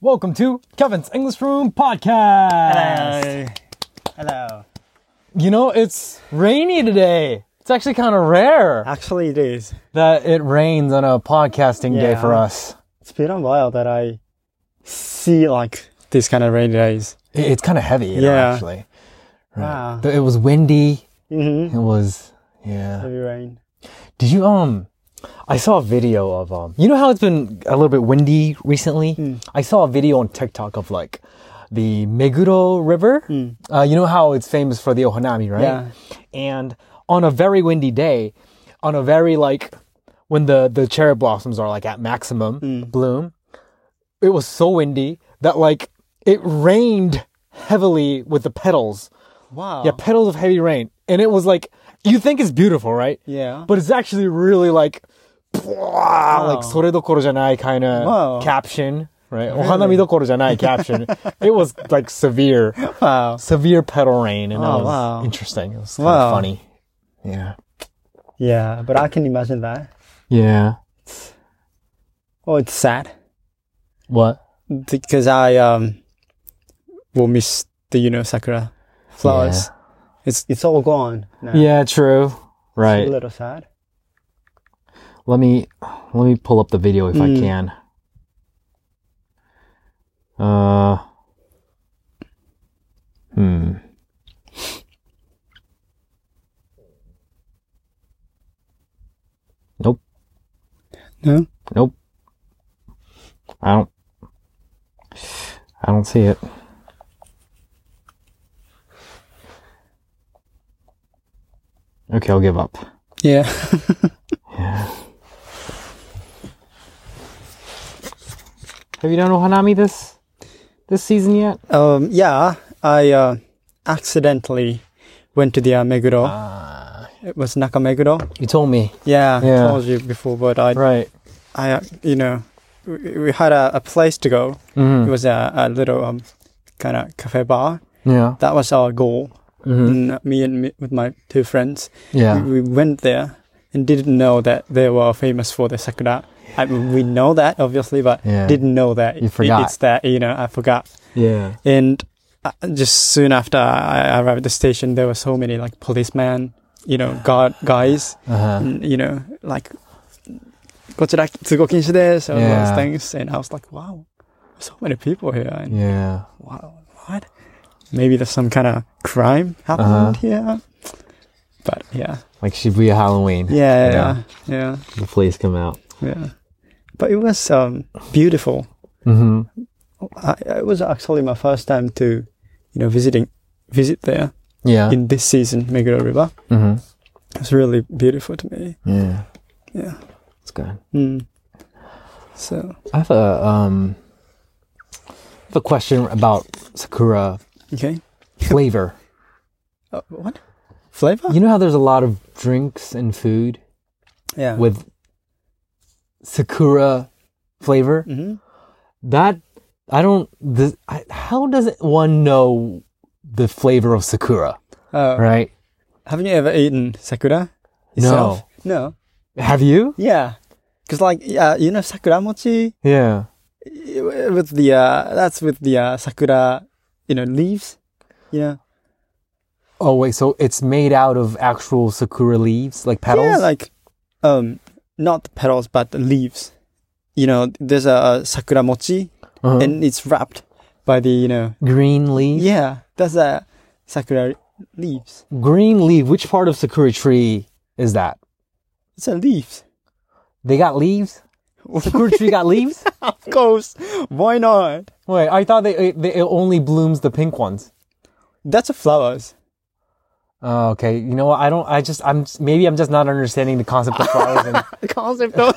Welcome to Kevin's English Room Podcast. Hello. Hello. You know, it's rainy today. It's actually kind of rare Actually, it is. that it rains on a podcasting day Yeah. for us. It's been a while that I see like these kind of rainy days. It- It's kind of heavy, you know, Yeah. actually. Wow. It was windy. Mm-hmm. It was, yeah. Heavy rain. Did you um? I saw a video of um. You know how it's been a little bit windy recently. I saw a video on TikTok of like the Meguro River. Uh, you know how it's famous for the Ohanami, right? Yeah. And on a very windy day, on a very like when the the cherry blossoms are like at maximum bloom, it was so windy that like it rained heavily with the petals. Wow. Yeah, petals of heavy rain, and it was like you think it's beautiful, right? Yeah. but it's actually really like like それどころじゃない kind of Wow. caption right お花見どころじゃない caption it was like severe wow. severe petal rain and that was Oh, wow. interesting it was kind of Wow. funny yeah Yeah, but I can imagine that. yeah Oh, it's sad what because I um will miss the you know sakura flowers. It's it's all gone now. yeah true A right little sad. let me let me pull up the video if I can uh hmm nope No. Nope. I don't. I don't see it. Okay, I'll give up. Yeah. Have you done Ohanami this this season yet? um. Yeah. I uh, accidentally went to the uh, Meguro. it was Nakameguro. You told me. Yeah, Yeah. I told you before, but I, Right. I, uh, you know, we, we had a, a place to go. Mm. It was a, a little um, kind of cafe bar. Yeah. That was our goal. Mhm. And me and me, with my two friends, Yeah. we, we went there and didn't know that they were famous for the sakura. I mean, we know that obviously, but Yeah. didn't know that You it- forgot. it's that. You know, I forgot. Yeah. And uh, just soon after I I arrived at the station, there were so many like policemen, you know, guard guys. Uh-huh. and, you know, like, こちら通行禁止です、all Yeah. those things. And I was like, wow, so many people here. And Yeah. wow, what? Maybe there's some kind of crime Uh-huh. happened here. But yeah, Like Shibuya Halloween. yeah, yeah, Yeah. yeah, yeah, The police come out. yeah. But it was um, beautiful. Mm-hmm. I, it was actually my first time to, you know, visiting, visit there Yeah. in this season, Meguro River. Mm-hmm. It was really beautiful to me. Yeah. Yeah. It's good. Mm. So I have a um. I have a question about Sakura okay. flavor. Uh, what flavor? You know how there's a lot of drinks and food Yeah. with sakura flavor? hmm That I don't. The, I, how does it- one know the flavor of sakura? Oh, Right? haven't you ever eaten sakura? Itself? No. Have you? Yeah. Because like yeah, you know sakura mochi Yeah. eh, with the uh, that's with the uh, sakura, you know leaves. Yeah. Oh wait, so it's made out of actual sakura leaves, like petals. Yeah, like um, not the petals but the leaves. You know, there's a, uh sakura mochi Uh-huh. and it's wrapped by the you know green leaf. yeah that's a sakura leaves. Green leaf. Which part of sakura tree is that? It's a leaves. They got leaves. Sakura tree got leaves. Of course, why not? Wait, I thought they, it- they it only blooms the pink ones. That's a flowers. Oh, okay. You know what? I don't. I just. I'm. Maybe I'm just not understanding the concept of flowers. And, The concept of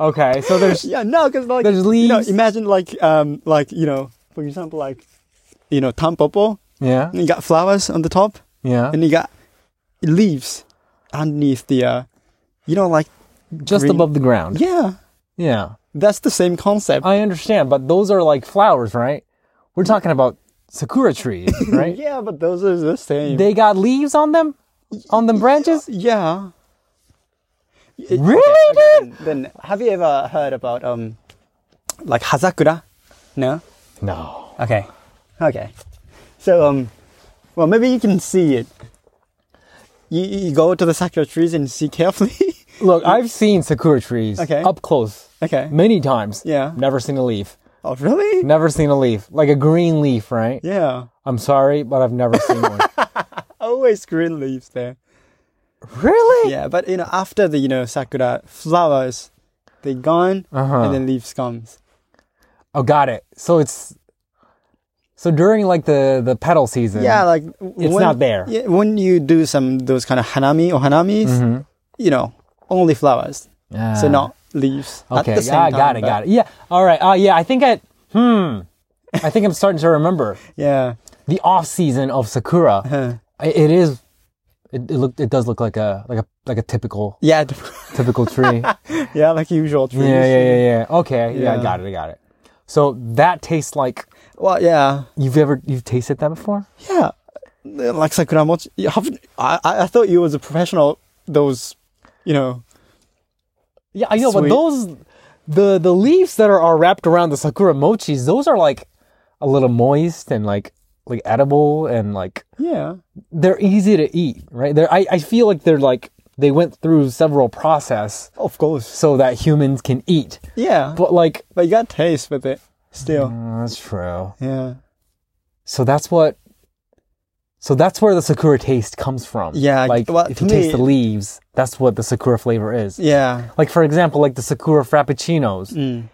okay. So there's. Yeah, no, because like There's You know, leaves. imagine like um like you know for example like you know tampopo. Yeah. And you got flowers on the top, Yeah. and you got leaves underneath the. Uh, you know, like Just green- above the ground. yeah, Yeah. that's the same concept. I understand, but those are like flowers, right? We're talking about sakura trees, right? yeah, but those are the same. They got leaves on them, on them branches. yeah. Really, Then, then have you ever heard about um like hazakura? No. No. Okay. Okay. So um, well maybe you can see it. You, you go to the sakura trees and see carefully. Look, I've seen sakura trees Okay. up close okay. many times. Yeah. Never seen a leaf. Oh really? Never seen a leaf. Like a green leaf, right? Yeah. I'm sorry, but I've never seen one. Always green leaves there. really? Yeah, but you know after the you know sakura flowers, they gone Uh-huh. and then leaves comes. Oh, got it. So it's so during like the the petal season. Yeah, like It's not there. Yeah, when you do some those kind of hanami or hanamis, you know, only flowers, Mm-hmm. Ah. so not leaves. Okay. at the same ah, time, got it. Got it. Yeah. All right. Uh, yeah. I think I. Hmm. I think I'm starting to remember Yeah, the off season of sakura. Uh-huh. I- It is. It, it looked. It does look like a like a like a typical yeah, typical tree. yeah, yeah, like usual trees. yeah. Yeah. Yeah. Okay. Yeah. I Yeah. got it. I got it. So that tastes like Well, yeah, you've ever you've tasted that before? yeah, like sakura mochi. You haven't? I I I thought you was a professional. Those, you know, Yeah, I know, but Sweet. those the the leaves that are, are wrapped around the sakura mochis, those are like a little moist and like like edible and like yeah, they're easy to eat, right? They're I, I feel like they're like they went through several process of course, so that humans can eat. yeah. But, But like you got taste with it still. Mm, that's true. Yeah, So that's what so that's where the sakura taste comes from. Yeah, Like well, if to you me- taste the leaves, that's what the sakura flavor is. yeah. Like for example, like the sakura frappuccinos. Mm.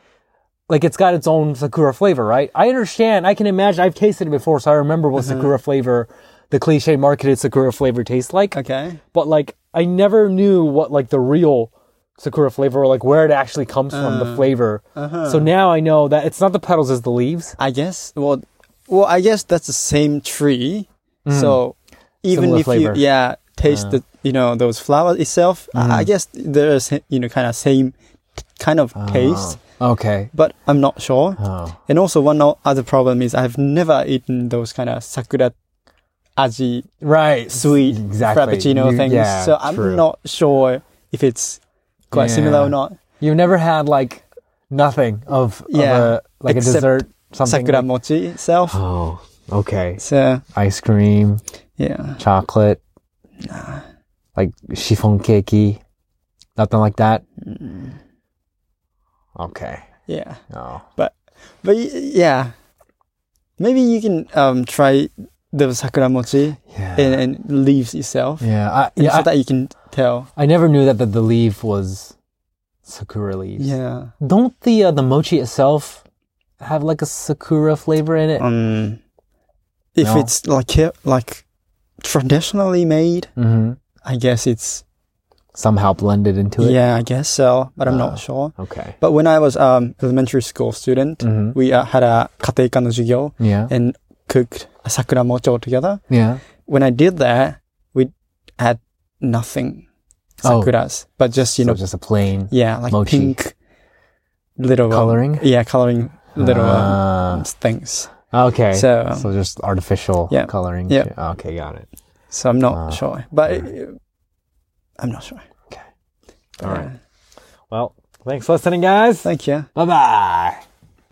like it's got its own sakura flavor, right? I understand. I can imagine. I've tasted it before, so I remember what Uh-huh. sakura flavor, the cliche marketed sakura flavor tastes like. Okay. But like, I never knew what like the real sakura flavor, or like where it actually comes from, Uh, the flavor. uh-huh. So now I know that it's not the petals, it's the leaves. I guess. Well, well, I guess that's the same tree. So even Similar if flavor. you Mm. yeah Mm. taste the you know those flowers itself, I I guess there's you know kind of same t- kind of taste. Okay. But I'm not sure. Oh. And also one o- other problem is I've never eaten those kind of sakura aji Right. sweet Exactly. frappuccino You- things. yeah, so I'm true. not sure if it's quite Yeah. similar or not. You've never had like nothing of, Yeah, of a, like a except dessert something. sakura like- mochi itself. oh. Okay. So Ice cream. yeah. chocolate, like chiffon cakey, nothing like that. Mm. Okay. Yeah. Oh. but but y- yeah maybe you can um try the sakura mochi Yeah. and, and leaves itself yeah. I, and yeah. so I, that you can tell I never knew that the, the leaf was sakura leaves. yeah Don't the uh, the mochi itself have like a sakura flavor in it? um if No. it's like ca- like traditionally made Mm-hmm. i guess it's Somehow blended into it. yeah i guess so but i'm Ah. not sure Okay. but when i was um elementary school student Mhm. we uh, had a kateika no jugyo Yeah. and cooked a sakura mochi together Yeah. when I did that, we had nothing Oh. sakuras, but just you so know, just a plain yeah, like mochi. pink little um, coloring. yeah, coloring little um, Ah, things. okay. So, um, so just artificial yeah, coloring. yeah. too. Okay, got it. so I'm not Ah. sure, but uh, I'm not sure. Okay. But, All right. uh, Well, thanks for listening, guys. Thank you. Bye bye.